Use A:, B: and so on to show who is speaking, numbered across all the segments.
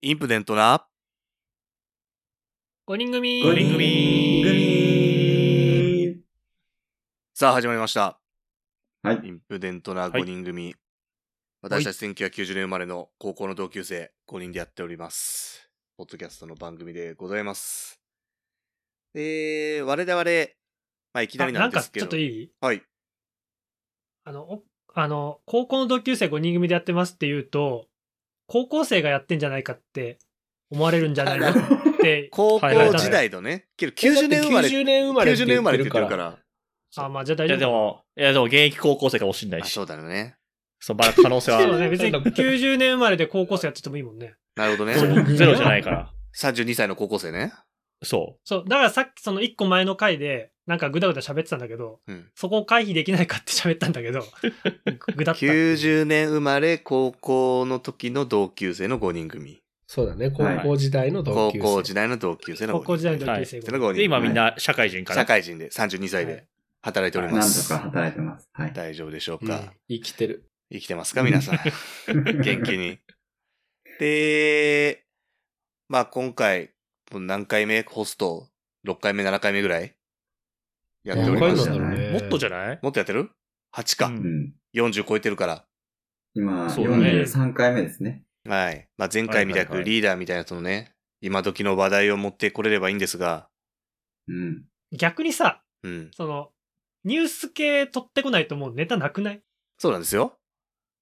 A: インプデントな
B: 五人組
A: 五人組
C: 組
A: さあ始まりました。
C: はい
A: インプデントな
B: はい
A: 5人組。私たち1990年生まれの高校の同級生5人でやっております。ポッドキャストの番組でございます。で、我々、まあ、いきな
B: あ
A: り
B: な
A: なん
B: ん
A: で
B: か
A: すけ
B: ち
A: ど。
B: ょっといい
A: はい。
B: あの、おあの、高校の同級生5人組でやってますって言うと、高校生がやってんじゃないかって思われるんじゃな いのって、
A: 高校
D: はいはいはい
A: 時代のね。けど90年生まれ。
D: 90年生まれって
A: 90年
D: 言
A: 生
D: っ
A: ま
D: て
A: れって
D: る
A: 言
D: か。
A: ってるからら。
B: あ、まあじゃあ大
D: い
B: 丈
D: や
B: 夫。
D: でも、いやでも現役高校生かもしんない
A: あ
D: し。
A: そ
D: そう
A: だよね。
D: う、まだ可能性はあ
B: そう
D: る。
B: だね、別に90年生まれで高校生やっててもいいもんね。
A: なるほどね。
D: そうゼロじゃないから。
A: 32歳の高校生ね。
D: そ
B: そう、だからさっきその1個前の回で、なんかぐだぐだ喋ってたんだけど、
A: うん
B: そこを回避できないかって喋ったんだ けど、ぐだった。
A: 90年生まれ高校の時の同級生の5人組。
E: そうだね、高校時代の同
A: 高
E: 級生。
A: 校時代の同級生の
B: 高
A: 5人
B: 校時代の同級生
A: 生の5
B: 5
A: 人
D: う。
A: 組。
D: で、今みんな社会人か
A: 社
D: ら。
A: 会人で32歳で働いており ま
C: なんと
A: す。
C: か働いてます。はい。
A: 大丈夫でしょう
E: う
A: か、
E: ん生きてる。
A: 生きてますか皆さん。元気に。で、まあ今回、もう何回目ホスト ?6 回目、7回目ぐらいやっており
C: 何
A: ま
C: 回
A: す
C: な。んだろうね
D: もっとじゃない
A: もっとやってる ?8 か、
D: うん
C: うん。
A: 40超えてるから。
C: 今、
D: そうだね
C: 43回目ですね。
A: はい。まあ、前回みた
D: はいはい
A: く
D: はい
A: リーダーみたいなやつのね、今時の話題を持ってこれればいいんですが、
C: うん。
B: 逆にさ、
A: うん。
B: その、ニュース系取ってこないともうネタなくない
A: そうなんですよ。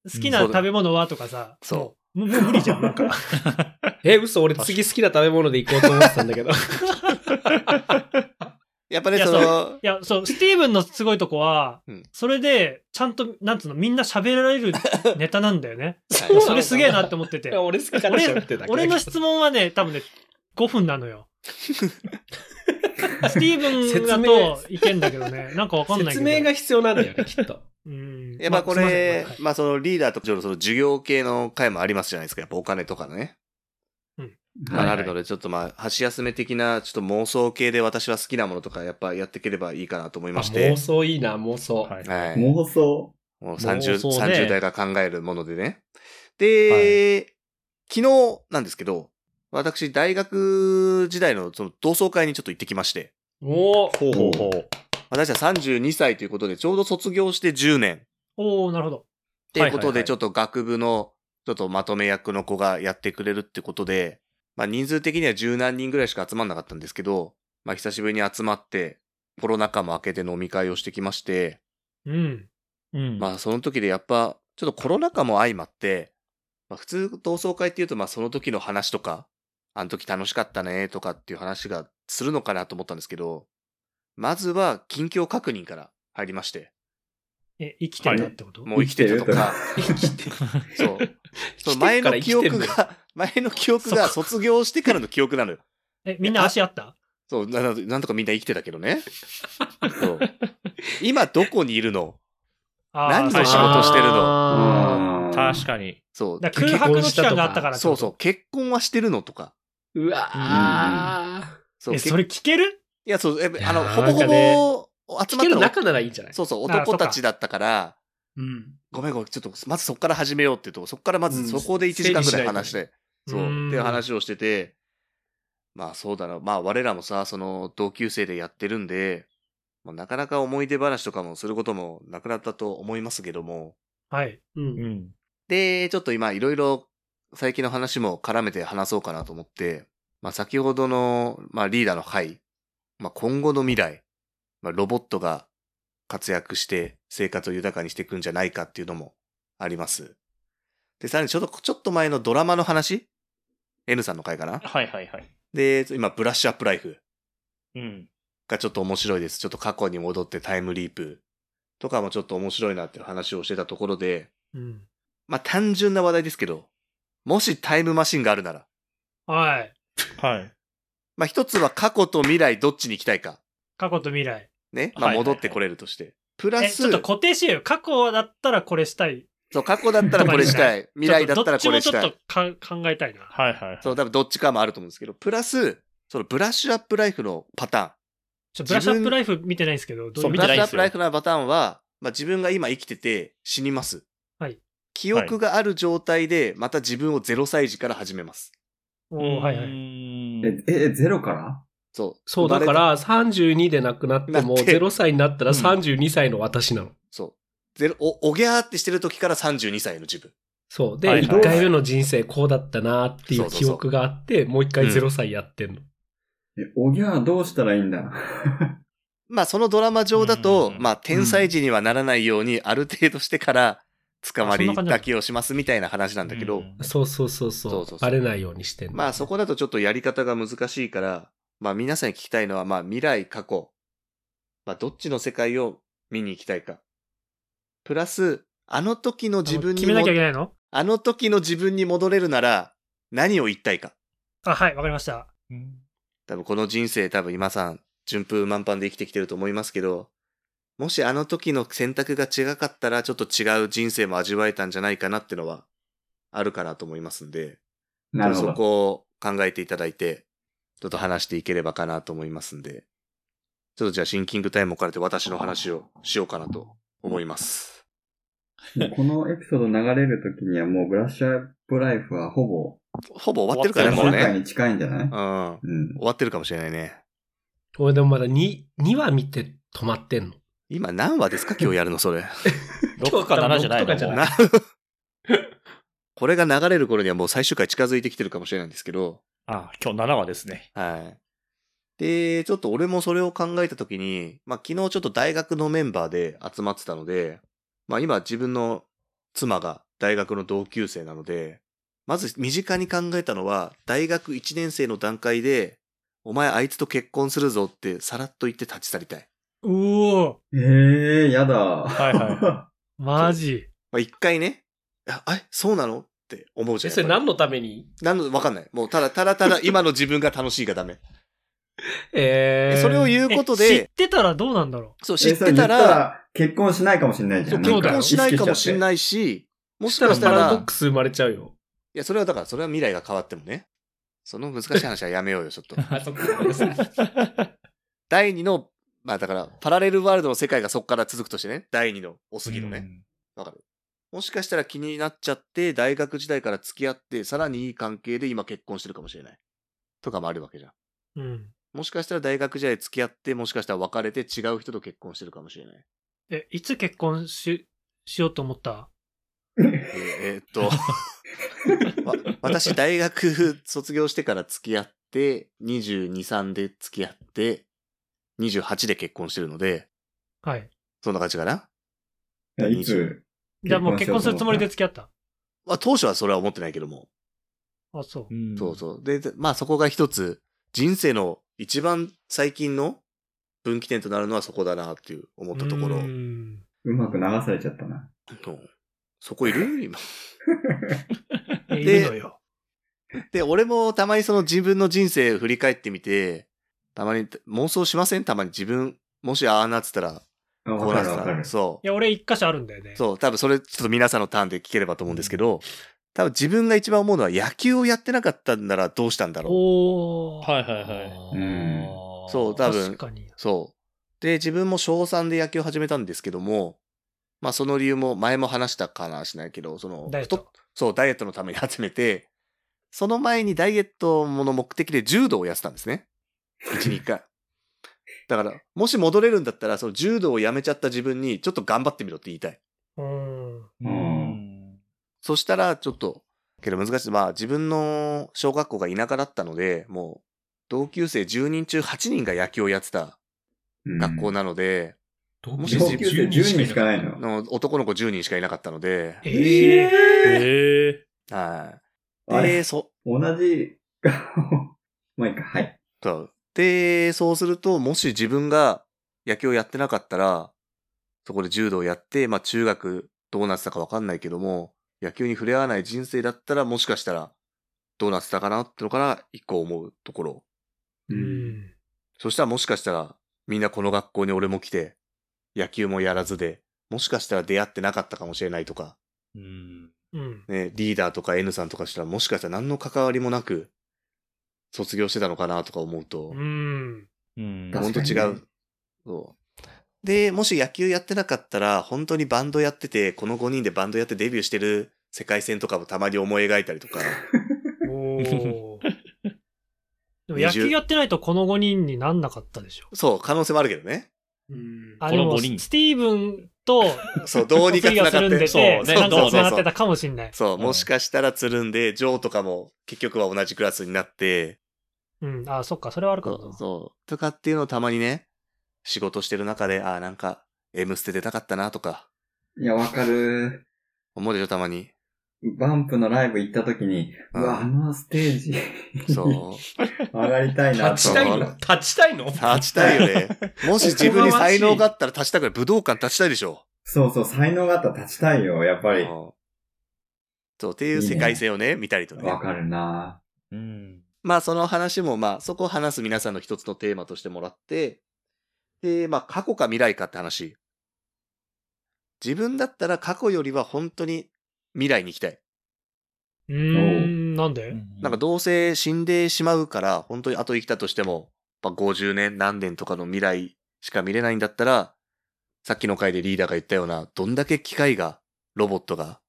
B: 好きな食べ物はとかさ、
A: そ
B: もうもう無理じゃ ん、なんか。
E: え、嘘、俺次好きな食べ物で行こうと思ってたんだけど。
A: やっぱね、
B: いや
A: その、
B: いや、そう、スティーブンのすごいとこは、
A: うん
B: それで、ちゃんと、なんつうの、みんな喋ら れるネタなんだよね。
A: はい
B: それすげえなって思っ てて。
E: 俺好きかなしゃべってたけど
B: 俺の質問はね、多分ね、5分な のよ。スティーブンだといけんだけどね、なんかわかんないけ
E: 説
B: ど。
E: 明が必要なんだよね、きっと。
B: うん。
A: やっぱこれ、
B: まあすいません
A: まあそのリーダーとかその授業系の会もありますじゃないですか。やっぱお金とかのね。
D: はい
A: あるので、ちょっとまあ、箸休め的な、ちょっと妄想系で私は好きなものとか、やっぱやっていければいいかなと思いまして
E: 妄。想いいな、妄想。
D: はい
A: はい。も
C: 妄想。
A: う30、
D: 妄想ね
A: 30代が考えるものでね。で、昨日なんですけど、私、大学時代のその同窓会にちょっと行ってきまして、
E: おー
D: ほうほうほう。
A: 私は32歳ということで、ちょうど卒業して10年
B: おー、なるほど。
A: っていうこと
D: はいはいは
A: で、
D: い
A: ちょっと学部の、ちょっとまとめ役の子がやってくれるってことで、まあ人数的には十何人ぐらいしか集まんなかったんですけど、まあ久しぶりに集まって、コロナ禍も明けて飲み会をしてきまして、
B: うん。
D: うん。
A: まあその時でやっぱ、ちょっとコロナ禍も相まって、まあ普通同窓会っていうとまあその時の話とか、あの時楽しかったねとかっていう話がするのかなと思ったんですけど、まずは近況確認から入りまして、
B: え、生きてるなってこと、
A: もう生きてるとか、
E: 生きてる。
A: そう。そ
E: 生
A: う
E: きて
A: 前
E: るか
A: の
E: ら生き
A: 記
E: て
A: 憶
E: るんだよ。
A: が、 前の記憶が卒業してからの記憶なのよ。
B: え、みんな足あった
A: そうな、ななんとかみんな生きてたけどね。そう今どこにいるの
B: あー
A: 何の
B: そう
A: 仕事してるの
E: あ
C: あー
D: 確かに。
A: そう。
B: だから空白の期間があったからって
A: そ
B: こ
A: う
B: と
A: そう。結婚はしてるのとか。
E: ーうわあ
A: そう。
B: え、
A: 結
B: それ聞ける
A: いや、そう、え
E: いや
A: あの、
E: ー
A: ほぼ
E: なんかね
A: ほぼ集まっ
E: 聞け
A: た
E: る
A: の
E: 中ならいいんじゃない
A: そうそう、
B: あー
A: 男たちだったから、
E: うん。
A: ごめんごめん、ちょっと、まずそこから始めようっていうとこ、そこからま
E: う
A: ず
E: ん
A: そこで1時間ぐらい話して、
B: 整
A: そ、
B: 理しないうと
A: っていう話をしてて、まあそうだな、まあ我らもさ、その同級生でやってるんで、まあ、なかなか思い出話とかもすることもなくなったと思いますけども、
B: はい。
E: うん
D: うん。
A: で、ちょっと今いろいろ最近の話も絡めて話そうかなと思って、まあ先ほどの、まあリーダーの会、まあ今後の未来、まあロボットが活躍して生活を豊かにしていくんじゃないかっていうのもあります。で、さらにちょっと、ちょっと前のドラマの話 ?N さんの回かな
D: はいはいはい。
A: で、今ブラッシュアップライフ
D: うん。
A: がちょっと面白いです。ちょっと過去に戻ってタイムリープとかもちょっと面白いなっていう話をしてたところで、
B: うん。
A: まあ単純な話題ですけど、もしタイムマシンがあるなら、
B: はい。
D: はい。
A: まあ一つは過去と未来どっちに行きたいか。
B: 過去と未来。
A: ね。まあ
D: はいはいはい
A: 戻ってこれるとして。プラ
B: え、
A: ス
B: ちょっと固定しようよ。過去だったらこれしたい。
A: そう、過去だったらこれしたい。未来だったらこれした
B: ちょっ
A: い。
B: とどっちもちょっとか考えたいな。
D: はいはい。
A: そう、多分どっちかもあると思うんですけど、プラス、そのブラッシュアップライフのパターン。
B: ちょブラッシュアップライフ見てないんですけど、ど
D: そう
A: ブ
D: 見
A: ラ
D: て
A: ッシ
D: ない
A: ュ
D: ん
A: ア
D: で
A: ッ
D: す
A: プ
D: よ
A: ライフのパターンは、まあ自分が今生きてて死にます。
B: はい。
A: 記憶がある状態で、また自分を0歳児から始めます。
B: おーはいは
D: う
B: い。
D: ーん
C: え、え、ゼロから
A: そう。
E: そう、
A: 生ま
E: だ
A: れ
E: か
A: た、
E: ら32で亡くなっても、
A: なって
E: 0歳になったら
A: うん
E: 32歳の私なの。
A: そう。ゼロ、お、おぎゃーってしてる時から32歳の自分。
E: そう。
D: は
E: で、
D: いはい
E: 1回目の人生こうだったなってい
A: そううそう
E: 記
A: そう
E: 憶があって、もう1回
A: うん
E: 0歳やってんの。
C: え、おぎゃーどうしたらいいん だ
A: まあそのドラマ上だと、
D: うん
A: まあ天才児にはならないようにある程度してから捕まり
B: あそんな感じな
A: だ
B: の
A: けをしますみたいな話なんだけど、
D: うん
E: そうそうそうそう。
A: そうそうそう
E: バレないようにしてんの。
A: まあそこだとちょっとやり方が難しいから、まあ皆さんに聞きたいのは、まあ未来、過去、まあどっちの世界を見に行きたいか。プラス、あの時の自分に
B: 決めなきゃいけ
A: も、
B: ないの
A: あの時の自分に戻れるなら何を言いたいか。
B: あ、はい、わかりました。
D: うん
A: 多分この人生多分今さん、順風満帆で生きてきてると思いますけど、もしあの時の選択が違かったらちょっと違う人生も味わえたんじゃないかなってのはあるかなと思いますんで、
C: なるほ
A: そ
C: ど。
A: こを考えていただいて、ちょっと話していければかなと思いますんで、ちょっとじゃあシンキングタイムを借りて私の話をしようかなと思います。
C: もうこのエピソード流れるときにはもうブラッシュアップライフはほぼ、
A: ほぼ終わってるからね、
D: 終
A: も
D: わ
A: う
D: って
C: 世界
A: ね。
C: に近いんじゃな
A: う
C: い
A: ん。終
C: うん。
A: わってるかもしれないね。
E: 俺でもまだ2、2話見て止まってんの。
A: 今何話ですか今日やるのそれ。
D: 6か7じゃない
E: 六とかじゃ
D: の
E: ない
D: も
A: なこれが流れる頃にはもう最終回近づいてきてるかもしれないんですけど、
D: うあ、今日7話ですね。
A: はい。で、ちょっと俺もそれを考えたときに、まあ昨日ちょっと大学のメンバーで集まってたので、まあ今自分の妻が大学の同級生なので、まず身近に考えたのは、大学1年生の段階で、お前あいつと結婚するぞってさらっと言って立ち去りたい。
B: うお
C: ええー、やだ。はい
D: は
B: ー、マジ。
A: まあ一回ね、あえ、そうなのって思うじ
E: え、
A: ゃん。
E: そ
A: や
E: れ
A: っぱ
E: 何のために
A: りなんのわかんない。もうただただただ今の自分が楽しいがダメ。
E: えー、
A: それを言うことで
B: え知ってたらどうなんだろ
A: そう、
C: い。
A: 知っ
C: えそれ
A: て
C: 言
A: たら、
C: 結婚しないかもしれないじ
A: そ
C: ゃ。
A: うん結
E: なんか
A: 婚しないかもしれ
C: い。
A: ないし、もし
E: した
A: からした
E: パラドッ
A: ら
E: ク、ス生まれちゃうよ。
A: いや、それはだから、それは未来が変わってもね。その難しい話はやめようよ、ちょっ と。
E: あ、そっか。
A: 第二の、まあだから、パラレルワールドの世界がそこから続くとしてね、第二のおすぎのね。わ、かるもしかしたら気になっちゃって、大学時代から付き合って、さらにいい関係で今結婚してるかもしれない。とかもあるわけじゃん。
B: う。うん。
A: もしかしたら大学時代付き合って、もしかしたら別れて違う人と結婚してるかもしれない。
B: え、いつ結婚し、しようと思った
A: えーえーっと、わ私、大学卒業してから付き合って、22、3で付き合って、28で結婚してるので、
B: はい。
A: そんな感じかな。
C: やいつ
B: じゃあもう結婚するつもりで付き合った。
A: まあ、当初はそれは思ってないけども。
B: あ、そう。
D: ん
A: そうそう。で、でまあそこが一つ、人生の一番最近の分岐点となるのはそこだなっていう思ったところ
B: うー。ん
C: うまく流されちゃったな。
A: うんそこいる今。
B: えい
A: で
B: るのよ。
A: で、俺もたまにその自分の人生振り返ってみて、たまに妄想しませんたまに自分、もしああなってたら、
C: あ、
A: こ
C: わ
A: うなっ
C: かる
A: て
C: わ
A: た
C: かる
A: ら。。そ
B: いや、俺一箇所あるんだよね
A: う。。そう。多分それちょっと皆さんのターンで聞ければと思うんですけど、多分自分が一番思うのは野球をやってなかったんならどうしたんだろう。
B: おー。
D: はいはいはい。
C: うん
A: そう多分
B: 確かに。
A: そう。で、自分も小3で野球を始めたんですけども、まあその理由も前も話したかなしないけど、その、
B: ダイエット
A: 太っそう、ダイエットのために始めて、その前にダイエットの目的で柔道をやってたんですね。1、2回。だから、もし戻れるんだったら、その柔道をやめちゃった自分に、ちょっと頑張ってみろって言いたい。
B: うーん。
C: ん
A: そしたら、ちょっと、けど難しい。まあ、自分の小学校が田舎だったので、もう、同級生10人中8人が野球をやってた
C: うん
A: 学校なので、もし
C: 同級生10人しかないの。
A: の男の子10人しかいなかったので、
B: え
C: え
B: ー
D: へえ。
A: はい。
C: あ
A: で、
C: れ
A: そ、
C: 同じ、 まあいいか、はい。
A: そう。で、そうすると、もし自分が野球をやってなかったら、そこで柔道をやって、まあ中学どうなってたかわかんないけども、野球に触れ合わない人生だったら、もしかしたらどうなってたかなってのから、一個思うところ。
C: う。
B: うんん。
A: そしたらもしかしたら、みんなこの学校に俺も来て、野球もやらずで、もしかしたら出会ってなかったかもしれないとか、
D: うん。
B: うん。
A: ね、リーダーとか N さんとかしたらもしかしたら何の関わりもなく卒業してたのかなとか思うと、
B: うん。
D: うん
A: 本当
C: 確かに
A: 違う。そうで、もし野球やってなかったら本当にバンドやってて、この5人でバンドやってデビューしてる世界線とかもたまに思い描いたりとか、
B: おおーでも野球やってないとこの5人になんなかったでしょ。
A: そう、可能性もあるけどね。
E: うん
B: あ、で
D: この
B: も、
D: 五人
B: スティーブンと、
A: そう、 どうにか繋が
B: がす
A: っ
B: るんで
A: て。
B: て、
A: そう
D: そうね
B: なん
D: どう
B: か
D: ぞ
B: 繋がってたかもしんない。
A: そう、
D: うん
A: もしかしたらつるんで、ジョーとかも結局は同じクラスになって、
B: うん、あ、そっか、それはあるか
A: そ
B: も
A: う、そう、とかっていうのをたまにね、仕事してる中で、ああ、なんか、M ステ出たかったなとか、
C: いや、わかる。
A: 思うでしょ、たまに。
C: バンプのライブ行った時に、
A: う
C: うんわ、あのステージ、
A: そう。
C: 上がりたいな
E: 立
C: と
E: ちたいの
C: 思う。
E: 立ちたいの
A: 立ちたいよね。もし自分に才能があ ったら立ちたくない。武道館立ちたいでしょ。
C: そうそう、才能があったら立ちたいよ、やっぱり。
A: うんそう、っていう世界性をね、見たりとかね
C: わ。かるな
D: うん。
A: まあその話もまあそこを話す皆さんの一つのテーマとしてもらって、で、まあ過去か未来かって話。自分だったら過去よりは本当に未来に行きたい。
B: うーん、なんで
A: なんかどうせ死んでしまうから、本当にあと生きたとしても、まあ、50年何年とかの未来しか見れないんだったら、さっきの回でリーダーが言ったような、どんだけ機械が、ロボットが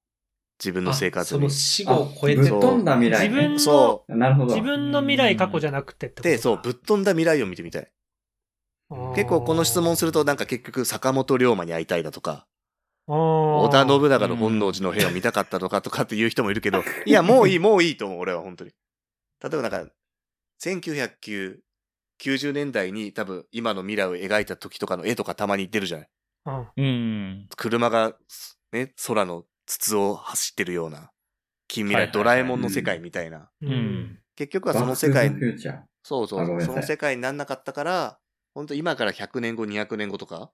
A: 自分の生活
E: そ
A: に
E: の。死
C: あ
E: 後を超えて
C: ぶっ
A: そう
C: 飛んだ未来、
B: 自分
C: ね。
B: の
A: そ
C: なるほど。
B: 自分の未来過去じゃなくてってこ
A: う。
B: とか
A: で、そう、ぶっ飛んだ未来を見てみたい。結構この質問するとなんか結局坂本龍馬に会いたいだとか、織
B: 織
A: 田信長の本能寺の変を見たかったとかとかっていう人もいるけど、いや、もういい、もういいと思う、俺は本当に。例えばなんか、1990年代に多分今の未来を描いた時とかの絵とかたまに出るじゃない
B: うん
D: うん。
A: 車が、ね、空の筒を走ってるような、近未来、
D: はいは
A: ド
D: いは
A: ラ
D: い
A: えもんの世界みたいな。
D: う。ん。
A: 結局
C: バ
A: は
C: ッ
A: そ
C: ク
A: の世
C: トゥザ
A: 界
C: フューチャー。
A: そうそ
C: あごめ
A: う。
C: んなさ
A: そ
C: い
A: の世界になんなかったから、本当今から100年後、200年後とか、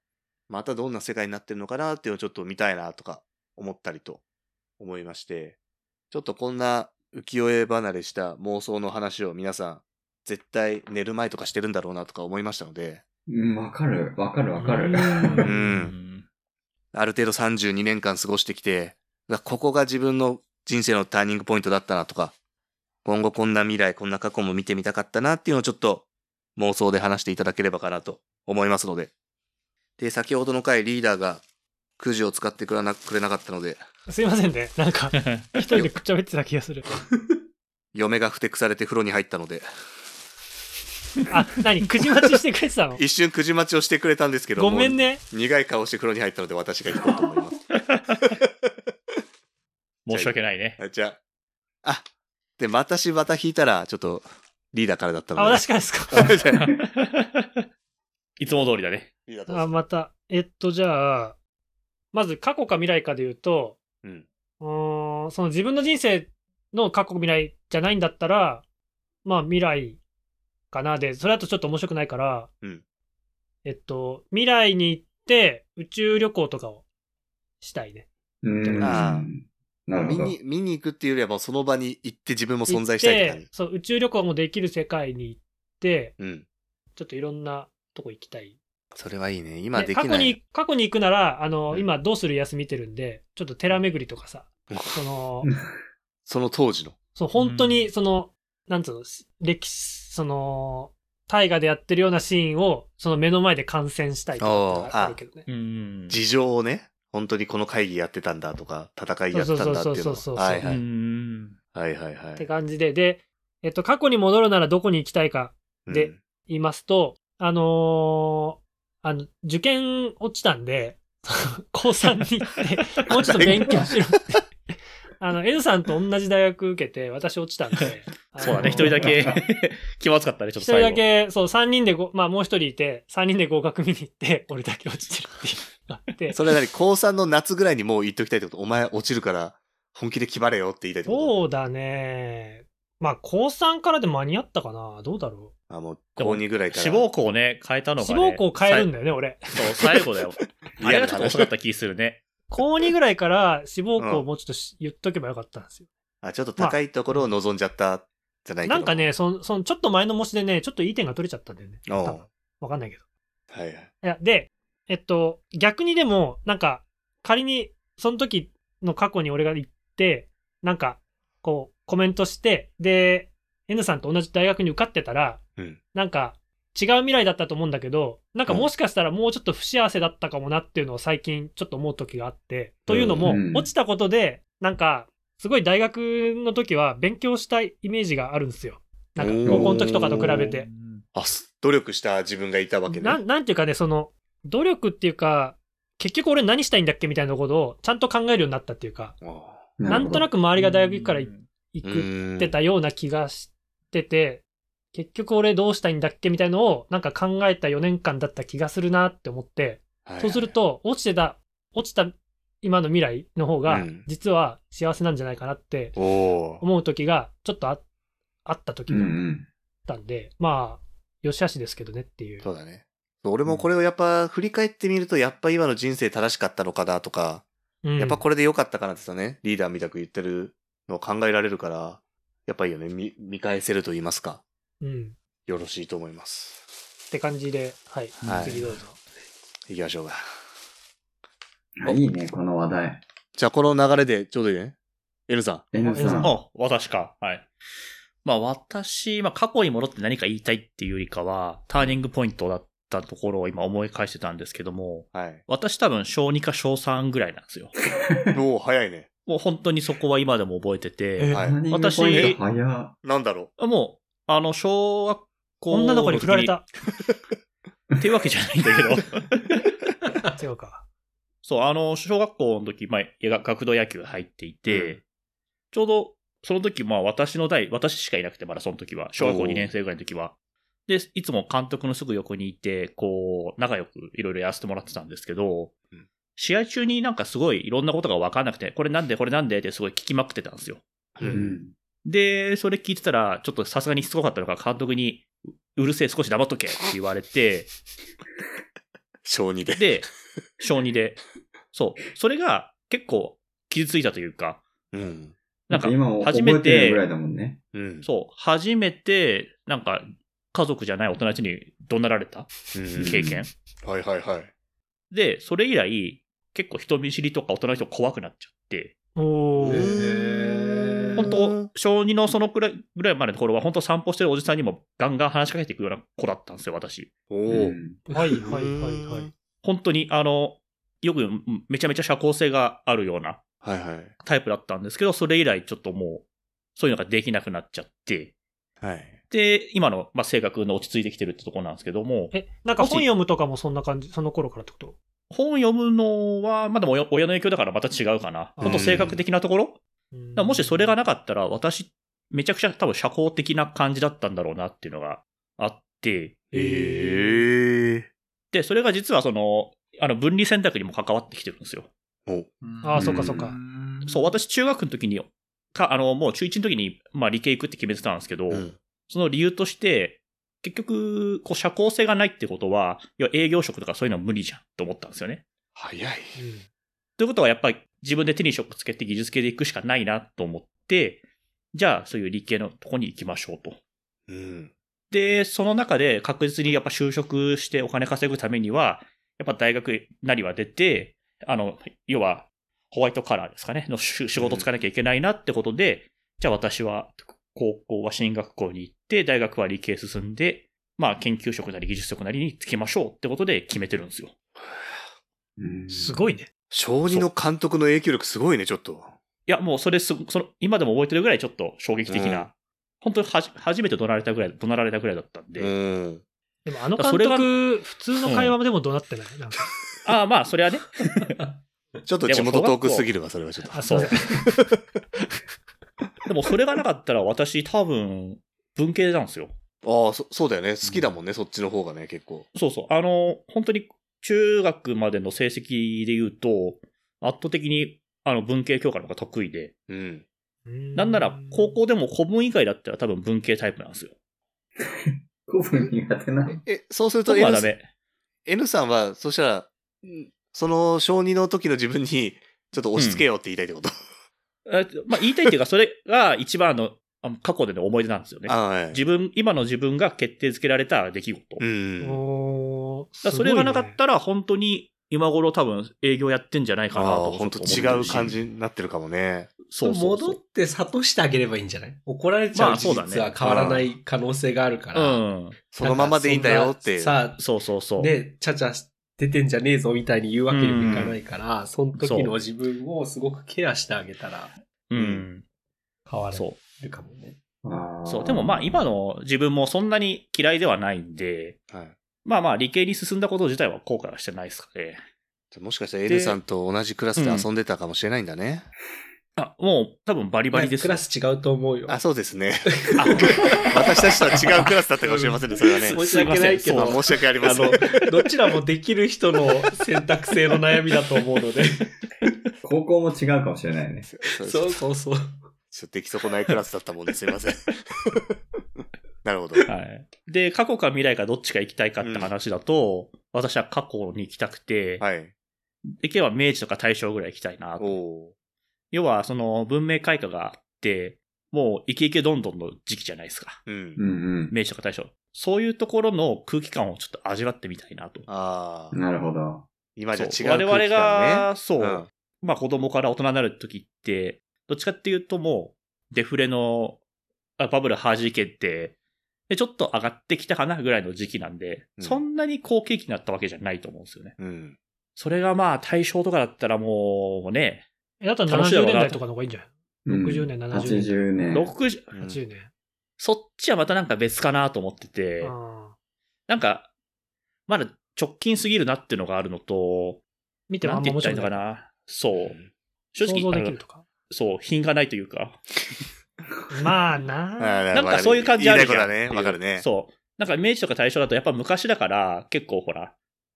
A: またどんな世界になってるのかなっていうのをちょっと見たいなとか思ったりと思いまして、ちょっとこんな浮世絵離れした妄想の話を皆さん、絶対寝る前とかしてるんだろうなとか思いましたので、。
C: うん、わかる、わかる、わかる。
D: うん
A: ある程度32年間過ごしてきて、だここが自分の人生のターニングポイントだったなとか、今後こんな未来、こんな過去も見てみたかったなっていうのをちょっと妄想で話していただければかなと思いますので。で、先ほどの回リーダーがくじを使ってくれなくれなかったので、
B: すいませんね。なんか、一人でくっちゃべってた気がする。
A: 嫁がふてくされて風呂に入ったので、
B: あ、何くじ待ちしてくれてたの
A: 一瞬くじ待ちをしてくれたんですけど
B: ご
A: も
B: めんね。
A: 苦い顔して風呂に入ったので私が行こうと思い ます。
D: 申し訳ないね。
A: あじゃあ、あ、で、私また引いたら、ちょっと、リーダーからだった
B: あ、
A: ので。
B: 私からですか
D: いつも通りだね。
A: リーダーどうぞ
B: あ、また。えっと、じゃあ、まず過去か未来かで言うと、
A: うん。
B: うーんその自分の人生の過去未来じゃないんだったら、まあ未来かなで、それだとちょっと面白くないから、
A: うん
B: えっと、未来に行って宇宙旅行とかをしたいね。
C: うん。
A: あ
C: なるほ
A: 見
C: ど。
A: に、見に行くっていうよりは、もうその場に行って自分も存在したいって
B: 行っ
A: 感じ
B: て。そう、宇宙旅行もできる世界に行って、
A: うん。
B: ちょっといろんなとこ行きたい。
A: それはいいね。今
B: で
A: で
B: 過
A: き
B: 去
A: な
B: に
A: い。、
B: 過去に行くなら、あの、
A: うん
B: 今どうする休見てるんで、ちょっと寺巡りとかさ、その、
A: その当時の。
B: そう、本当に、その、なんつうの、し歴史、その、大河でやってるようなシーンを、その目の前で観戦したいとかってあるけどね。
D: うん。
A: 事情をね、本当にこの会議やってたんだとか、戦いやってたんだっていう
B: そ
A: の
B: うそうそうそうそう
A: は。はいうはい。
D: ん。
A: はいはいは
B: って
A: い。
B: 感じで、で、えっと、過去に戻るならどこに行きたいか
A: うん
B: で、言いますと、あのーあの、受験落ちたんで、 高3に行って、 もうちょっと勉強しろって。 あの、N さんと同じ大学受けて、私落ちたんで。あのー
D: そうだね、一人だけ 気まずかったね、ちょ
B: 一
D: っと
B: 人
D: 最後。
B: だけ、そう、三人でご、まあもう一人いて、三人で合格見に行って、俺だけ落ちてるっていうのがあ って、
A: それなり、高3の夏ぐらいにもう言っときたいってこと、お前落ちるから、本気で決まれよって言いたいってこと。
B: そうだね。まあ、高3からで間に合ったかなどうだろ
A: あ、もう、高2ぐらいから。
D: 志望校ね、変えた
B: う、
D: のが、
B: 志
D: ね。
B: 望校変えるんだよね、俺。
D: さいそう、最後 だよ。あれがちょっと遅かった気するね。
B: 高2ぐらいから志望校をもうちょっとし言っとけばよかったんですよ。
A: あ、ちょっと高いところを望んじゃった、じゃないけど。
B: なんかね、その、その、ちょっと前の模試でね、ちょっといい点が取れちゃったんだよね。
A: おう
B: 多分わかんないけど。
A: はいはい。
B: いや、で、えっと、逆にでも、なんか、仮に、その時の過去に俺が行って、なんか、こう、コメントして、で、N さんと同じ大学に受かってたら、
A: うん
B: なんか、違う未来だったと思うんだけど、なんかもしかしたらもうちょっと不幸せだったかもなっていうのを最近ちょっと思う時があって、というのも、
C: うん
B: 落ちたことで、なんか、すごい大学の時は勉強したいイメージがあるんですよ。なんか
A: おー
B: 高校の時とかと比べて。
A: あ、す努力した自分がいたわけね
B: な。んなんていうかね、その、努力っていうか、結局俺何したいんだっけみたいなことをちゃんと考えるようになったっていうか、
A: あ
B: なんとな
C: く。
B: く周りが大学行くから
D: う
B: 行
D: ん
B: 行
A: ー
B: く
A: う
B: って
A: ーん
B: たような気がしてて、結局俺どうしたいんだっけみたいのをなんか考えた4年間だった気がするなって思って、
A: はい
B: そうすると落ちてた、落ちた今の未来の方が
A: うん
B: 実は幸せなんじゃないかなって
A: おおー。
B: 思う時がちょっとああった時
C: う
B: が
C: んう
B: あっ
C: ん。
B: たんで、まあ、よしあしですけどねっていう。
A: そうだね。俺もこれをやっぱ振り返ってみると、やっぱ今の人生正しかったのかなとか、
B: うん
A: やっぱこれで良かったかなってさね、リーダーみたく言ってるのを考えられるから、やっぱりよね、見見返せると言いますか。
B: うん。
A: よろしいと思います。
B: って感じで、はい。
A: はい
B: 次どうぞ。
A: 行きましょうか。
C: あいいね、この話題。
A: じゃあこの流れでちょうどいいね。N さ
C: N さん。
D: あ、私か。はい。まあ私、まあ過去に戻って何か言いたいっていうよりかは、ターニングポイントだったところを今思い返してたんですけども、
A: ん。はい。
D: 私多分小2か小3ぐらいなんですよ。
A: おお早いね。
D: もう本当にそこは今でも覚えてて、
A: はい
C: ターニングポイント早っ。
A: なんだろ
D: もう、あの、小学校の時
B: 女の子に振られ。 た。
D: っていうわけじゃないん だけど。
B: 違うか。
D: そう、あの、小学校の時、まあ、や学童野球入っていて、ちょうど、その時、まあ、私の代、私しかいなくて、まだその時は、小学校
A: おー
D: 2年生ぐらいの時は。で、いつも監督のすぐ横にいて、こう、仲良くいろいろやらせてもらってたんですけど、
A: うん
D: 試合中になんかすごいいろんなことが分かんなくて、これなんでこれなんでってすごい聞きまくってたんですよ。
A: う。う。
C: うんん。
D: で、それ聞いてたら、ちょっとさすがにしつこかったのか、監督に、ううるせえ、少し黙っとけって言われて、
A: 小2で。
D: で、小2で。そう。それが結構傷ついたというか、
A: うん。
D: なんか
C: 今も、覚
D: 初
C: え
D: め
C: てる
D: て
C: ぐ、らいだもんね。
A: うん。
D: そう、初めて、なんか、家族じゃない大人たちに怒鳴られた
A: うん。
D: 経験。
A: はいはいはい。
D: で、それ以来、結構人見知りとか大人の人怖くなっちゃって、
B: お
A: へ
B: ー。
A: ー
D: 本当小2のそのくらい、ぐらいまでの頃は、本当散歩してるおじさんにもガンガン話しかけていくような子だったんですよ、私。
A: お
C: う
A: お。
C: ん。
B: はいはいはいはい。
D: 本当に、あの、よく言ううんめちゃめちゃ社交性があるような
A: はいはい。
D: タイプだったんですけど、それ以来ちょっともう、そういうのができなくなっちゃって、
A: はい。
D: で、今の、まあ、性格の落ち着いてきてるってところなんですけども、
B: え、なんか本読むとかもそんな感じ、その頃からってこと
D: 本読むのは、まあ、でも親親の影響だからまた違うかな。
B: うん
D: ほんと性格的なところだか
B: うん
D: らもしそれがなかったら、私、めちゃくちゃ多分社交的な感じだったんだろうなっていうのがあって、
A: ええ。
D: で、それが実はその、あの、分離選択にも関わってきてるんですよ。
B: ああ、そっかそっ
C: う
B: か。
D: そう、私中学の時に、か、あの、もう中1の時に、まあ、理系行くって決めてたんですけど、
A: うん。
D: その理由として、結局、こう、社交性がないってことは、要は営業職とかそういうのは無理じゃんと思ったんですよね。
A: 早い。
D: ということは、やっぱり自分で手に職つけて技術系で行くしかないなと思って、じゃあ、そういう理系のとこに行きましょうと。
A: うん。
D: で、その中で確実にやっぱ就職してお金稼ぐためには、やっぱ大学なりは出て、あの、要は、ホワイトカラーですかね、の仕仕事つかなきゃいけないなってことで、じゃあ私は、高校は進学校に行って、大学は理系進んで、まあ研究職なり技術職なりにつきましょうってことで決めてるんですよ。
C: うん
B: すごいね。
A: 小児の監督の影響力すごいね、ちょっと。
D: いや、もうそれす、その、今でも覚えてるぐらいちょっと衝撃的な、
A: うん
D: 本当にはじ初めて怒鳴られたぐらい、怒鳴られたぐらいだったんで、
A: うん。
B: でもあの監
D: だからそれが
B: 督、普通の会話でも怒鳴ってない。なんか、
D: ああ、まあ、それはね、
A: ちょっと地元遠くすぎるわ、それはちょっと。
B: あ、 そう。
D: でもそれがなかったら私多分、文系なんですよ。
A: ああ、そそうだよね。好きだもんね、そっちの方がね、結構。
D: そうそう、あの、本当に中学までの成績で言うと、圧倒的に、あの、文系教科の方が得意で、
A: うん。
D: なんなら高校でも古文以外だったら多分文系タイプなんですよ。
C: 古文苦手な。
A: え、そうすると
D: 僕は
A: N
D: ダ
A: さん
D: メ。
A: N さんは、そしたら、その小児の時の自分に、ちょっと押し付けようって言いたいってこと。
D: えまあ、言いたいっていうか、それが一番の、あの過去での思い出なんですよね。
A: ああ、はい。
D: 自分、今の自分が決定づけられた出来事。だか
A: うん。
B: おー
D: らそれがなか
B: すごい
D: っ
B: ね
D: たら、本当に今頃多分営業やってんじゃないかな
A: ああ、
D: と。
A: 本当違う感。じになってるかもね。
D: そうそうそう
E: 戻って諭してあげればいいんじゃない怒られちゃ
D: ま
E: う
D: あそう
E: 事
D: だね
E: 実は変わらない可能性があるから。
D: うん。
A: そのままでいいんだよって。
E: さ
D: そうそうそ
E: あ、
D: う。
E: ね、ちゃちゃ出てんじゃねえぞみたいに言うわけにもいかないから、その時の自分をすごくケアしてあげたら、
D: うん。
A: うん
E: 変わ
D: そ
E: るかもね。
D: う。そう。でもまあ今
C: の。
D: の自分もそんなに嫌いではないんで、
A: はい。
D: まあまあ理系に進んだこと自体は後悔はしてないですかね。
A: じゃあもしかしたら N さんと同じクラスで遊んでたかもしれないんだね。
D: あ、もう多分バリバリです。
E: クラス違うと思うよ。
A: あ、そうですね。
D: あ
A: 私たちとは違うクラスだったかもしれませんね、それはね。
E: 申し訳ないけ
D: そう
A: まあ
E: ど、
A: 申し訳ありま
E: あ
A: せん。
E: の、どちらもできる人の選択性の悩みだと思うので。
C: 高校も違うかもしれないね。
A: そう
E: そうそうそう。
A: ちょっと出来損ないクラスだったもんですいませ ん。なるほど。
D: はい。で、過去か未来かどっちか行きたいかって話だと、私は過去に行きたくて、
A: はい。
D: できれば明治とか大正ぐらい行きたいなと
A: おお
D: 要は、その文明開化があって、もうイケイケどんどんの時期じゃないですか。
A: ー。うん。
C: うんうん。
D: 明治とか大正。そういうところの空気感をちょっと味わってみたいなと。
A: ああ。
C: なるほど。
A: 今じゃ違う
D: そう
A: 空気感、ね。
D: 我々が、そう、
A: うん
D: まあ子供から大人になる時って、どっちかっていうともう、デフレのあバブル弾けて、で、ちょっと上がってきたかなぐらいの時期なんで、
A: うん
D: そんなに好景気になったわけじゃないと思うんですよね。
A: うん。
D: それがまあ対象とかだったらもうね、
B: えだったら
D: 楽しい
B: 70
D: だろう
B: 年
D: な
B: 代とかの方がいいんじゃない
C: うん
B: 60年70
C: 80年。
D: 60、
A: うん
B: ?80 年。
D: そっちはまたなんか別かなと思ってて、
B: ああ
D: なんか、まだ直近すぎるなっていうのがあるのと、
B: 見ても
D: な
B: あ
D: ん
B: ん
D: て
B: ま
D: 言
B: 面
D: っ
B: 白く
D: たらいいのか
B: ない。
D: な。そう。正
B: 想
D: 直
B: 像でき
D: あ
B: る
D: の
B: とか。
D: そう、品がないというか。
B: まあな。
A: な
D: なんかそういう感じあるじゃん。
A: 言いたいことだね。わかるね。
D: そう。なんか明治とか大正だとやっぱ昔だから、結構ほら、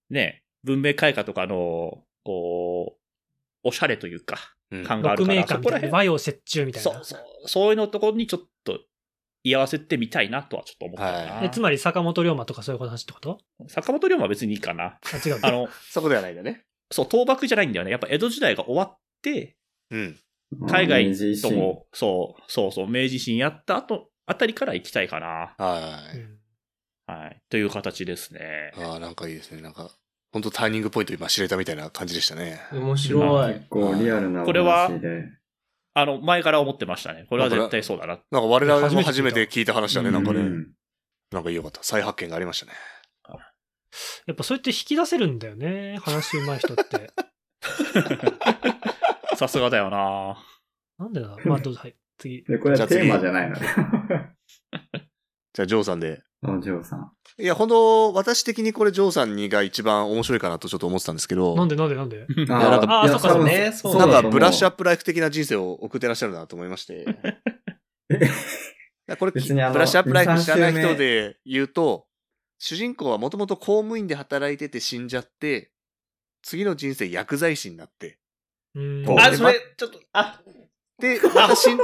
D: ね、文明開化とかの、こう、おしゃれというか、
A: うん
D: 感があ
B: 六
D: るから、
B: 名
D: そ
B: 館み
D: こ
B: た
D: ら
B: いな。
D: 辺、
B: 和洋折衷みたい
D: そう
B: な。
D: そう、そういうのところにちょっと、居合わせてみたいなとはちょっと思ったかな。
A: は
B: えつまり坂本龍馬とかそういう話ってこと
D: 坂本龍馬は別にいいかな。
B: あ、違う。
D: あの、
A: そこではないんだね。
D: そう、倒幕じゃないんだよね。やっぱ江戸時代が終わって、
A: うん。
D: 海外
C: 明治維
D: と
C: 新
D: も、そう、そうそう、明治維新やった後、あたりから行きたいかな。
A: は
B: う
A: い。
B: ん
D: はい。という形ですね。
A: ああ、なんかいいですね。なんか、本当ターニングポイント今知れたみたいな感じでしたね。
E: 面
D: 白
C: 結。構リアルなお
D: これは
C: 話で。
D: あの、前から思ってましたね。これは絶対そうだな。
A: なんか我々も初めて聞いた話だね。
D: うん
A: なんか
C: う
A: ね。
C: ん
A: なんかよかった。再発見がありましたね。
B: やっぱそうやって引き出せるんだよね。話うまい人って。
D: さすがだよな
B: なんでだまあ、どうぞ、はい。次。
C: で、これ
A: じゃ
C: は
A: あ次
C: テーマじゃないのね。
A: じゃあ、ジョーさんで。
C: お嬢さん。
A: いや、本当私的にこれ、ジョーさんにが一番面白いかなとちょっと思ってたんですけど、
B: なんでなんでなんで
A: いやなんか
B: あーそっか
C: 多分
E: そうねそう
A: な
E: だ
A: んか
E: と思
A: ブラッシュアッ
C: プ。
A: プライフ的な人生を送ってらっしゃるなと思いま して。いやこれ、ブラ
C: 別にあの
A: ッシュアップライフ知らない
C: 二三
A: 人
C: 週目
A: で言うと、主人公はもともと公務員で働いてて死んじゃって、次の人生薬剤師になって、
B: うーん。
C: そう
E: あ、それ、ちょっと、あ、
A: で、また死ん、で、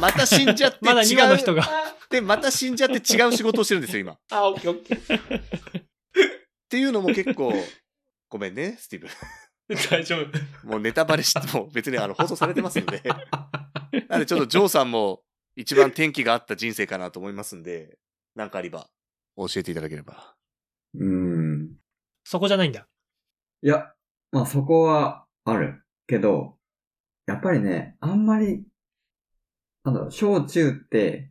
A: また死んじゃって違う、
B: まだ2話の人が。
A: で、また死んじゃって違う仕事をしてるんですよ、今。っ
E: あ、オッケーオッケー。
A: ていうのも結構、ごめんね、スティーブ。
E: 大丈夫。
A: もうネタバレしても別にあの放送されてますんで。 なんでちょっとジョーさんも一番天気があった人生かなと思いますんで、なんかあれば教えていただければ。
C: うん。
B: そこじゃないんだ。
C: いや、まあそこはあるけど、やっぱりね、あんまり、なんだろう、小中って、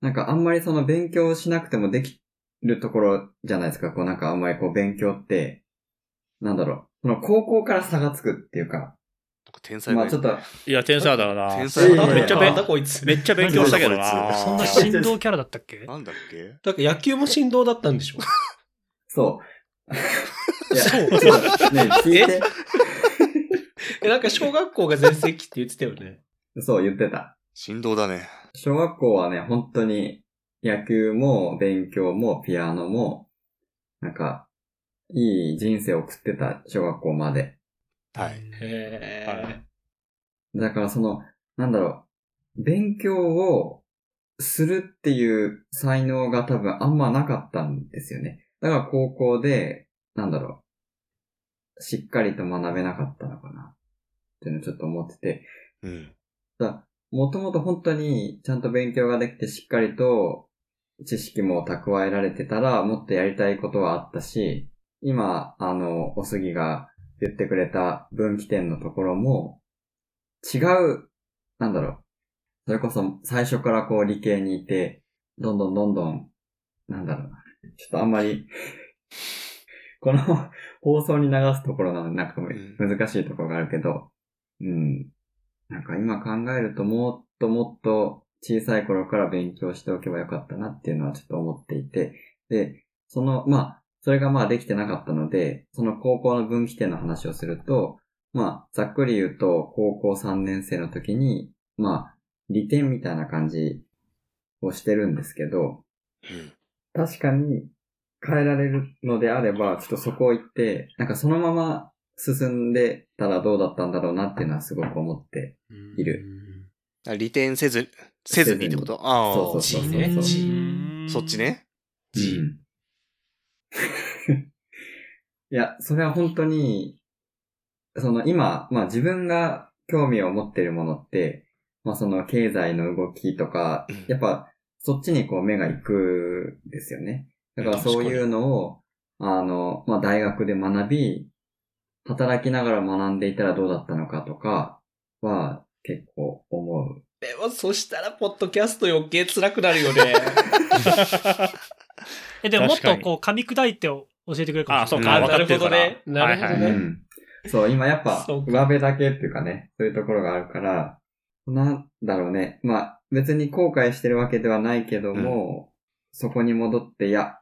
C: なんかあんまりその勉強しなくてもできるところじゃないですか。こうなんかあんまりこう勉強って、なんだろう、その高校から差がつくっていうか、
A: なんか天才
C: ま
A: が
C: あ
A: い
C: ちょ
A: る
C: っと、
D: いや、天才だよな
A: 天才
C: だな
D: めっちゃ
E: な
D: べ
E: んだこいつ。
D: めっちゃ勉強したけど
A: なんだこ
D: ない
A: つ
B: そんな振動キャラだったっ け
A: なんだっけ
E: だから野球も振動だったんでしょ
C: そう。いや
E: そう
C: ちょっとね、聞いて。
E: え、なんか小学校が全盛期って言ってたよね。
C: そう、言ってた。
A: 振動だね。
C: 小学校はね、本当に野球も勉強もピアノも、なんか、いい人生を送ってた小学校まで。
A: はい。
E: へ
D: はい
C: だからその、なんだろう、勉強をするっていう才能が多分あんまなかったんですよね。だから高校で、なんだろう、しっかりと学べなかったのかなっていうのをちょっと思ってて、
A: うん。
C: だもともと本当にちゃんと勉強ができてしっかりと知識も蓄えられてたらもっとやりたいことはあったし、今、あの、おすぎが言ってくれた分岐点のところも違う、なんだろう。それこそ最初からこう理系にいて、どんどんどんどん、なんだろうな。ちょっとあんまり、 この 放送に流すところなのでなんか
A: ん
C: 難しいところがあるけど、うん。なんか今考えるともっともっと小さい頃から勉強しておけばよかったなっていうのはちょっと思っていて、で、その、まあ、それがまあできてなかったので、その高校の分岐点の話をすると、まあ、ざっくり言うと、高校3年生の時に、まあ、利点みたいな感じをしてるんですけど、確かに変えられるのであれば、ちょっとそこを行って、なんかそのまま進んでたらどうだったんだろうなっていうのはすごく思って。いる。
A: あ利点せず、せずにってことああ、
C: そうそうそうそう
E: 地
C: そう。
A: そっち。ね。
C: うん いや、それは本当に、その今、まあ自分が興味を持ってるものって、まあその経済の動きとか
A: うん、
C: やっぱそっちにこう目が行くんですよね。だからそういうのを、あの、まあ大学で学び、働きながら学んでいたらどうだったのかとかは結構思う。
E: でも、そしたら、ポッドキャスト余計辛くなるよね。
B: え、でももっ
D: 確か
B: と
D: に
B: こう、噛み砕いて教えてくれるかも
D: あ、
B: しれ
D: そう
B: ない。
D: か、分
E: うん
D: かってるから。
E: なるほどねなるほどね
D: はいはい
C: うん。そう、今やっぱ
E: そう、か
C: 上辺だけっていうかね、そういうところがあるから、なんだろうね。まあ、別に後悔してるわけではないけども、そこに戻って、いや、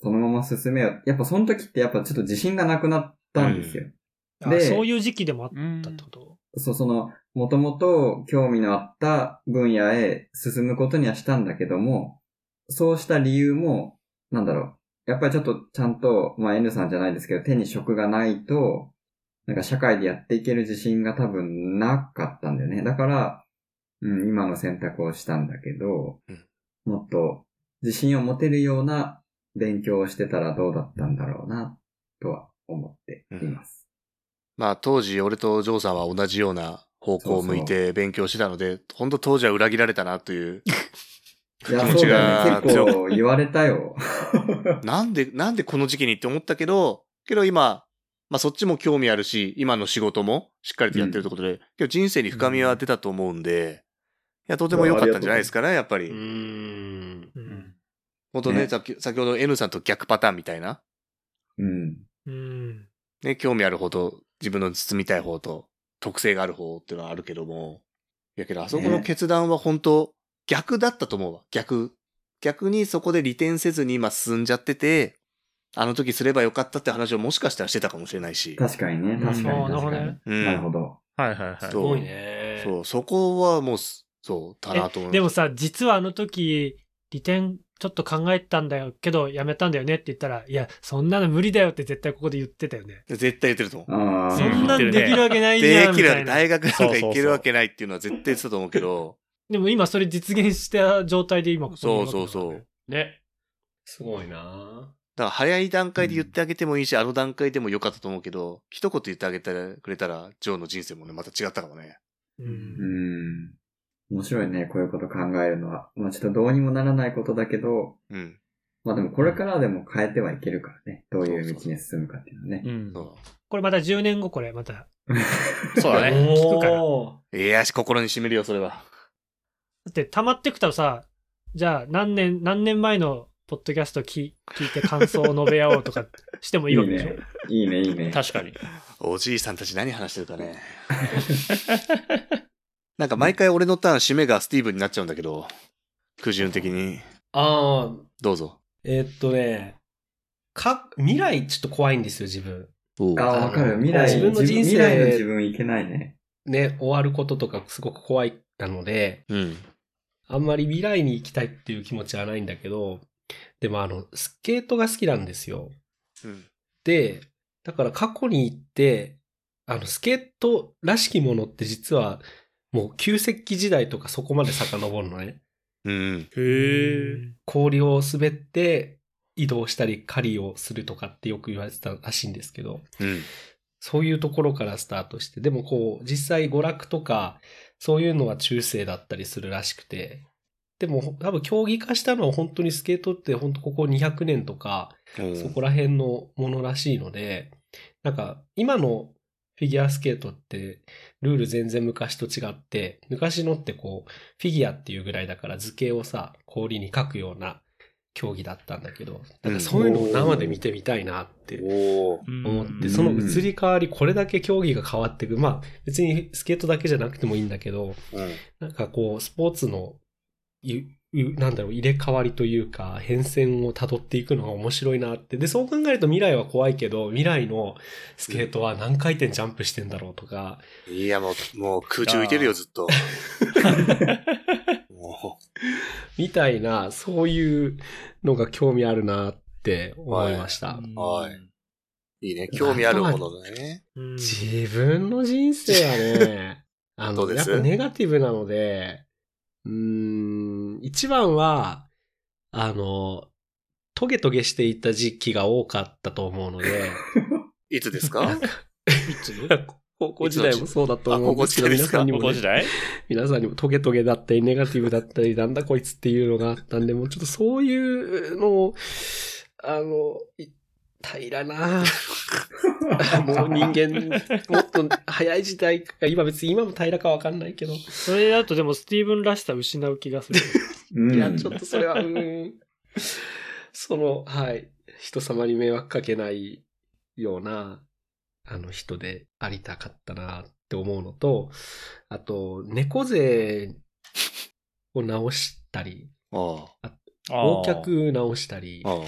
C: そのまま進めよ。やっぱその時ってやっぱちょっと自信がなくなったんですよ。
B: あ
C: で
B: そういう時期でもあっ
D: うん
B: たってこと
C: そう、その、もともと興味のあった分野へ進むことにはしたんだけども、そうした理由も、なんだろう。やっぱりちょっとちゃんと、まあ N さんじゃないですけど、手に職がないと、なんか社会でやっていける自信が多分なかったんだよね。だから、うん、今の選択をしたんだけど、もっと自信を持てるような勉強をしてたらどうだったんだろうな、とは思っています。
A: まあ当時俺とジョーさんは同じような方向を向いて勉強してたので、本当当時は裏切られたなという。
C: いや、
A: 気持
C: そう
A: ち
C: だよ
A: が
C: ね。結構言われたよ。
A: なんで、なんでこの時期にって思ったけど、けど今、まあそっちも興味あるし、今の仕事もしっかりとやってるってことで、けど人生に深みは出たと思うんで、いや、とても良かったんじゃないですかね、やっぱり。
E: ん。
B: うん。
A: 本当ね
C: ね
A: さっき先ほど N さんと逆パターンみたいな、
C: うん。
B: うん。
A: ね、興味あるほど自分の包みたい方と特性がある方っていうのはあるけども、いやけどあそこの決断は本当逆だったと思うわ、逆。逆にそこで利点せずに今進んじゃってて、あの時すればよかったって話をもしかしたらしてたかもしれないし。
C: 確かにね、
D: ん
C: 確かに
B: あーなる
C: 確
B: ほど
C: かに。
B: ね
A: うん
C: なるほど。
D: はいはいはい。
A: そう
E: 多いね。
A: そう、そこはもうす、そう、だなと思います。
B: でもさ、実はあの時、利点ちょっと考えたんだよけど、やめたんだよねって言ったら、いや、そんなの無理だよって絶対ここで言ってたよね。
A: 絶対言ってると思う。
C: ああ。
B: そんなんで
D: 言ってるね
B: きるわけないじゃ
A: で
B: ん。
A: き
B: み
A: るわ
B: た
A: け、
B: いな
A: 大学なんか行けるわけないっていうのは絶対言ってたと思うけど、
B: でも今それ実現した状態で今ここにい
A: そ
B: る
A: う
B: わけ
A: そ
B: だ
A: う
B: から
A: そ
B: ね
A: う。
E: ね。すごいな
A: だから早い段階で言ってあげてもいいし、あの段階でも良かったと思うけど、一言言ってあげてくれたら、ジョーの人生もね、また違ったかもね。
B: う。
C: うんん。面白いね、こういうこと考えるのは。まあちょっとどうにもならないことだけど、
A: うん。
C: まあでもこれからでも変えてはいけるからね。どういう道に進むかっていうのはね。
D: うん
A: そ
B: これまた10年後これ、また。
D: そうだね。
B: 聞くから
E: お
A: う。いやし、心に染めるよ、それは。
B: だって溜まってくたらさ、じゃあ何年、何年前のポッドキャスト聞い聞いて感想を述べ合おうとかしてもいいわけでしょ
C: ね。いいね、いいね。
D: 確かに。
A: おじいさんたち何話してるか ね。なんか毎回俺のターン、締めがスティーブになっちゃうんだけど、苦順的に。
E: ああ、
A: どうぞ。
E: えーっとね、か、未来ちょっと怖いんですよ、自分。
A: おう
C: ああ、わかる。未来、
E: 自分の人生
C: 未来の自分いけないね。
E: ね、終わることとかすごく怖いなので、
A: うん。
E: あんまり未来に行きたいっていう気持ちはないんだけど、でもあの、スケートが好きなんですよ。
A: うん。
E: で、だから過去に行って、あの、スケートらしきものって実は、もう旧石器時代とかそこまで遡るのね。
A: うん。
D: へえ。
E: 氷を滑って移動したり狩りをするとかってよく言われてたらしいんですけど、
A: うん。
E: そういうところからスタートして、でもこう、実際娯楽とか、そういうのは中世だったりするらしくて、でも多分競技化したのは本当にスケートって本当ここ200年とか、
A: うん
E: そこら辺のものらしいので、なんか今のフィギュアスケートってルール全然昔と違って、昔のってこうフィギュアっていうぐらいだから図形をさ、氷に書くような競技だったんだけど、だからそういうのを生で見てみたいなって
A: おお。
D: うん
E: 思って、その移り変わり、これだけ競技が変わっていく。まあ別にスケートだけじゃなくてもいいんだけど、
A: うん。
E: なんかこう、スポーツの、いいなんだろう、入れ替わりというか、変遷を辿っていくのが面白いなって。で、そう考えると未来は怖いけど、未来のスケートは何回転ジャンプしてんだろうとか、
A: いや、もう、もう空中浮いてるよ、ずっ と。も
E: みたいな、そういうのが興味あるなって思いました。
A: はいいう、いいね。興味あるものだね。
B: うん
E: 自分の人生はね、あ
A: どう
E: の、
A: で
E: やっ
A: す
E: ぱネガティブなので、うーん、一番は、あの、トゲトゲしていた時期が多かったと思うので、
A: いつですか
E: 高校時代もそうだと思うんですけど、
A: あ高校時代で
E: 皆
A: すか
E: さんに
D: 高
E: も、
D: 校時
E: ね、
D: 代
E: 皆さんにもトゲトゲだったり、ネガティブだったり、なんだこいつっていうのがあったんで、もうちょっとそういうのを、あの、い平ら な、もう人間、もっと早い時代か、今別に今も平らかわかんないけど、い
B: それだとでもスティーブンらしさ失う気がする。
C: うん。
E: や、ちょっとそれは、うーん、その、はい、人様に迷惑かけないような、あの人でありたかったなって思うのと、あと、猫背を直したり、
A: あ
E: 忘却直したり、
A: あ。ああ。
D: あー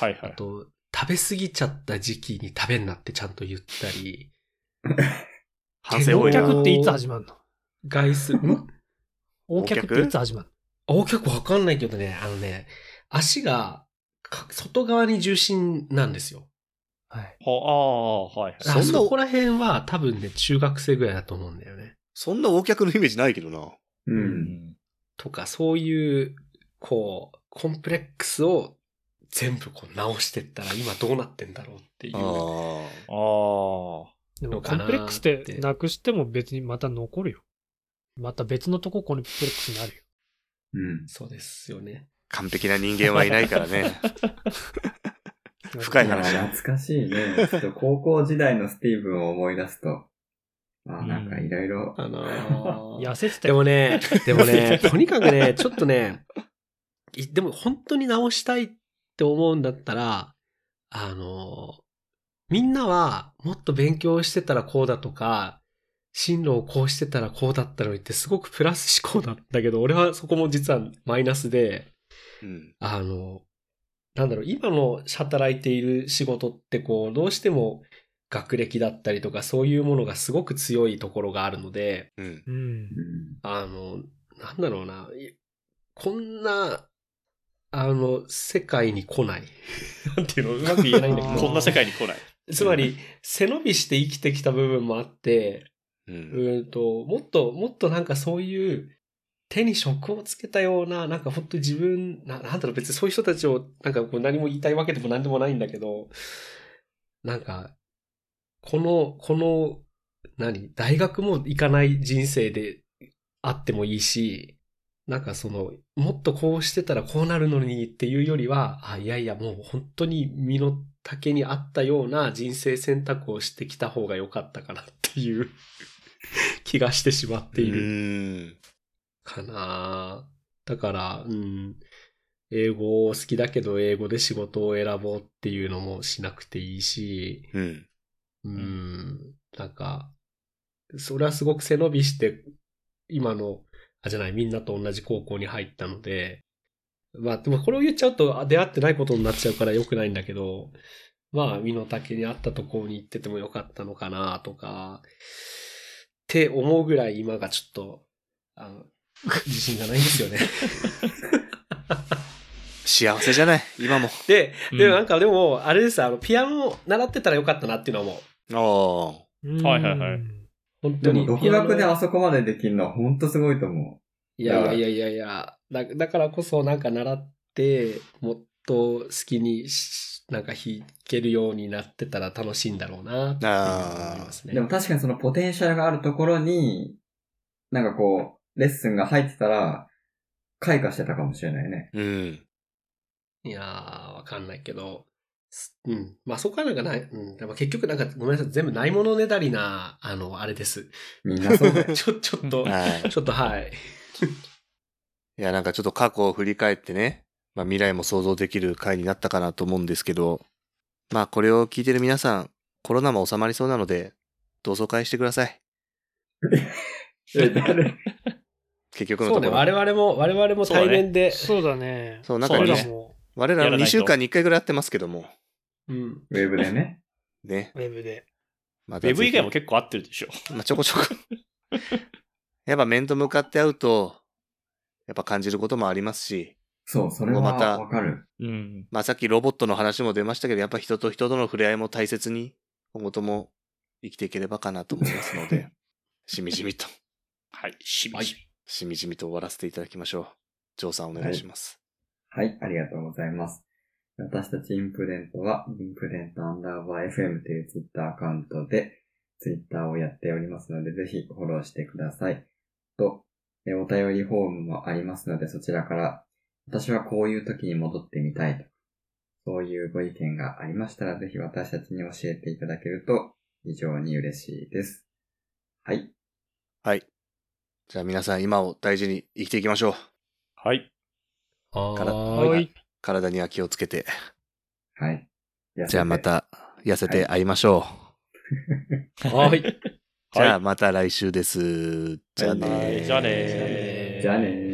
D: はいは
E: あ
D: い。
E: と、食べ過ぎちゃった時期に食べんなってちゃんと言ったり、
A: 反省多い
E: 手
A: な。
E: の
B: 客っていつ始まるの
E: 外す、ん
B: 大客っていつ始まる
E: お結構わかんないけどね、あのね、足がか外側に重心なんですよ。
B: のはい。
D: ほああ、はいはい。
A: そんな
E: あそこら辺は多分ね、中学生ぐらいだと思うんだよね。
A: そんな大客のイメージないけどな。
C: う。。
D: うん
E: とか、そういう、こう、コンプレックスを全部こう直してったら今どうなってんだろうっていう。
A: ああ。
D: ああ。
B: で
E: ど
B: もコ
E: うか
B: ン
E: なーっ
B: プ
E: て
B: レックスってなくしても別にまた残るよ。また別のとこコンプレックスになるよ。
C: うん。
E: そうですよね。
A: 完璧な人間はいないからね。 深い
C: いや
A: 話だ。
C: 懐かしいね。ちょっと高校時代のスティーブンを思い出すと、あーなんかいろいろ、
E: あのー
B: 痩せてた
E: で
B: よ。
E: もね、でもね、とにかくね、ちょっとね、いでも本当に直したいって思うんだったら、あの、みんなはもっと勉強してたらこうだとか、進路をこうしてたらこうだったのにってすごくプラス思考なんだけど、俺はそこも実はマイナスで、
A: うん。
E: あの、なんだろう、今の働いている仕事ってこう、どうしても学歴だったりとかそういうものがすごく強いところがあるので、
A: うん。
B: うん
C: う。ん。
E: あの、なんだろうな、いこんな、あの、世界に来ない。 なんていうの、うまく言えないんだけ
B: あー
D: こん
E: ど。
D: な世界に来 ない。
E: つまり、背伸びして生きてきた部分もあって、
A: う。
E: うんーんと、もっと、もっとなんかそういう、手に職をつけたような、なんか本当に自分、ななんだろう、別にそういう人たちを、なんかこう何も言いたいわけでも何でもないんだけど、なんか、この、この、何、大学も行かない人生であってもいいし、なんかその、もっとこうしてたらこうなるのにっていうよりは、あ、いやいや、もう本当に身の丈に合ったような人生選択をしてきた方が良かったかなっていう 気がしてしまっている
A: うん。
E: かな。だから、うん、英語好きだけど英語で仕事を選ぼうっていうのもしなくていいし、
A: うん。
E: うん、なんか、それはすごく背伸びして、今の、あ、じゃない、みんなと同じ高校に入ったので、まあ、でもこれを言っちゃうと、あ出会ってないことになっちゃうから良くないんだけど、まあ、身の丈に合ったところに行っててもよかったのかな、とか、って思うぐらい今がちょっと、あの、 自信がないんですよね。
A: 幸せじゃない。今も。
E: で、
D: うん
E: でもなんかでも、あれです、あの、ピアノ習ってたらよかったなっていうのはもう、
A: ああ。
B: うん
D: はいはいはい
E: 本
C: で
E: 当
C: も
E: に。
C: 独学であそこまでできるのは本当すごいと思
E: いやいやいやいやいや、だだからこそなんか習って、もっと好きにしなんか弾けるようになってたら楽しいんだろうなっていうのは思います
C: う。
E: ね。
C: でも確かにそのポテンシャルがあるところに、なんかこう、レッスンが入ってたら、開花してたかもしれないね。
A: うん。
E: いやー、わかんないけど、すうん。まあそこはなんかない、うん。でも結局なんかごめんなさい、全部ないものねだりな、あの、あれです。
C: みんなそうだよ。
E: ちょ、ちょっと、
A: はい。
E: ちょっとはい。
A: いや、なんかちょっと過去を振り返ってね、まあ、未来も想像できる回になったかなと思うんですけど、まあ、これを聞いてる皆さん、コロナも収まりそうなので、同窓会してください。
C: え、誰
A: 結局のとこ
E: そうね、
A: ろ。
E: 我々も、我々も対面で、
B: そうだね。
A: そうなんかね
B: 俺らも
A: 我
D: や
A: ら
D: らない
A: 2
D: と
A: 週間に1回ぐらい会ってますけども、
E: うん。
C: ウェブでね。
A: ね。
B: ウェブで。
A: ま
D: ウ
A: た
D: ェブ以外も
A: ぜ
D: 結構合ってるでしょ。
A: ひまあ、ちょこちょこ。 やっぱ面と向かって会うと、やっぱ感じることもありますし、
C: そう、それは
A: また
C: わかる。
D: うん。
A: まあさっきロボットの話も出ましたけど、やっぱ人と人との触れ合いも大切に、今後とも生きていければかなと思い ますので、しみじみと、
D: はい。しみじみ。
A: しみじみと終わらせていただきましょう。ジョーさんお願いします。
C: はい、ありがとうございます。私たちインプデントは、インプデントアンダーバー FM というツイッターアカウントで、ツイッターをやっておりますので、ぜひフォローしてください。と、えお便りフォームもありますので、そちらから、私はこういう時に戻ってみたいとか、そういうご意見がありましたら、ぜひ私たちに教えていただけると、非常に嬉しいです。はい。
A: はい。じゃあ皆さん今を大事に生きていきましょう。
D: はい。
A: から
E: は
B: は
E: ーい。
B: い。
A: 体には気をつけて。
C: はい。
A: じゃあま。た痩せて会いましょう。
E: はーい。
A: じゃあまた来週です。じゃあねー
D: はいじゃあねー
C: じゃあねー。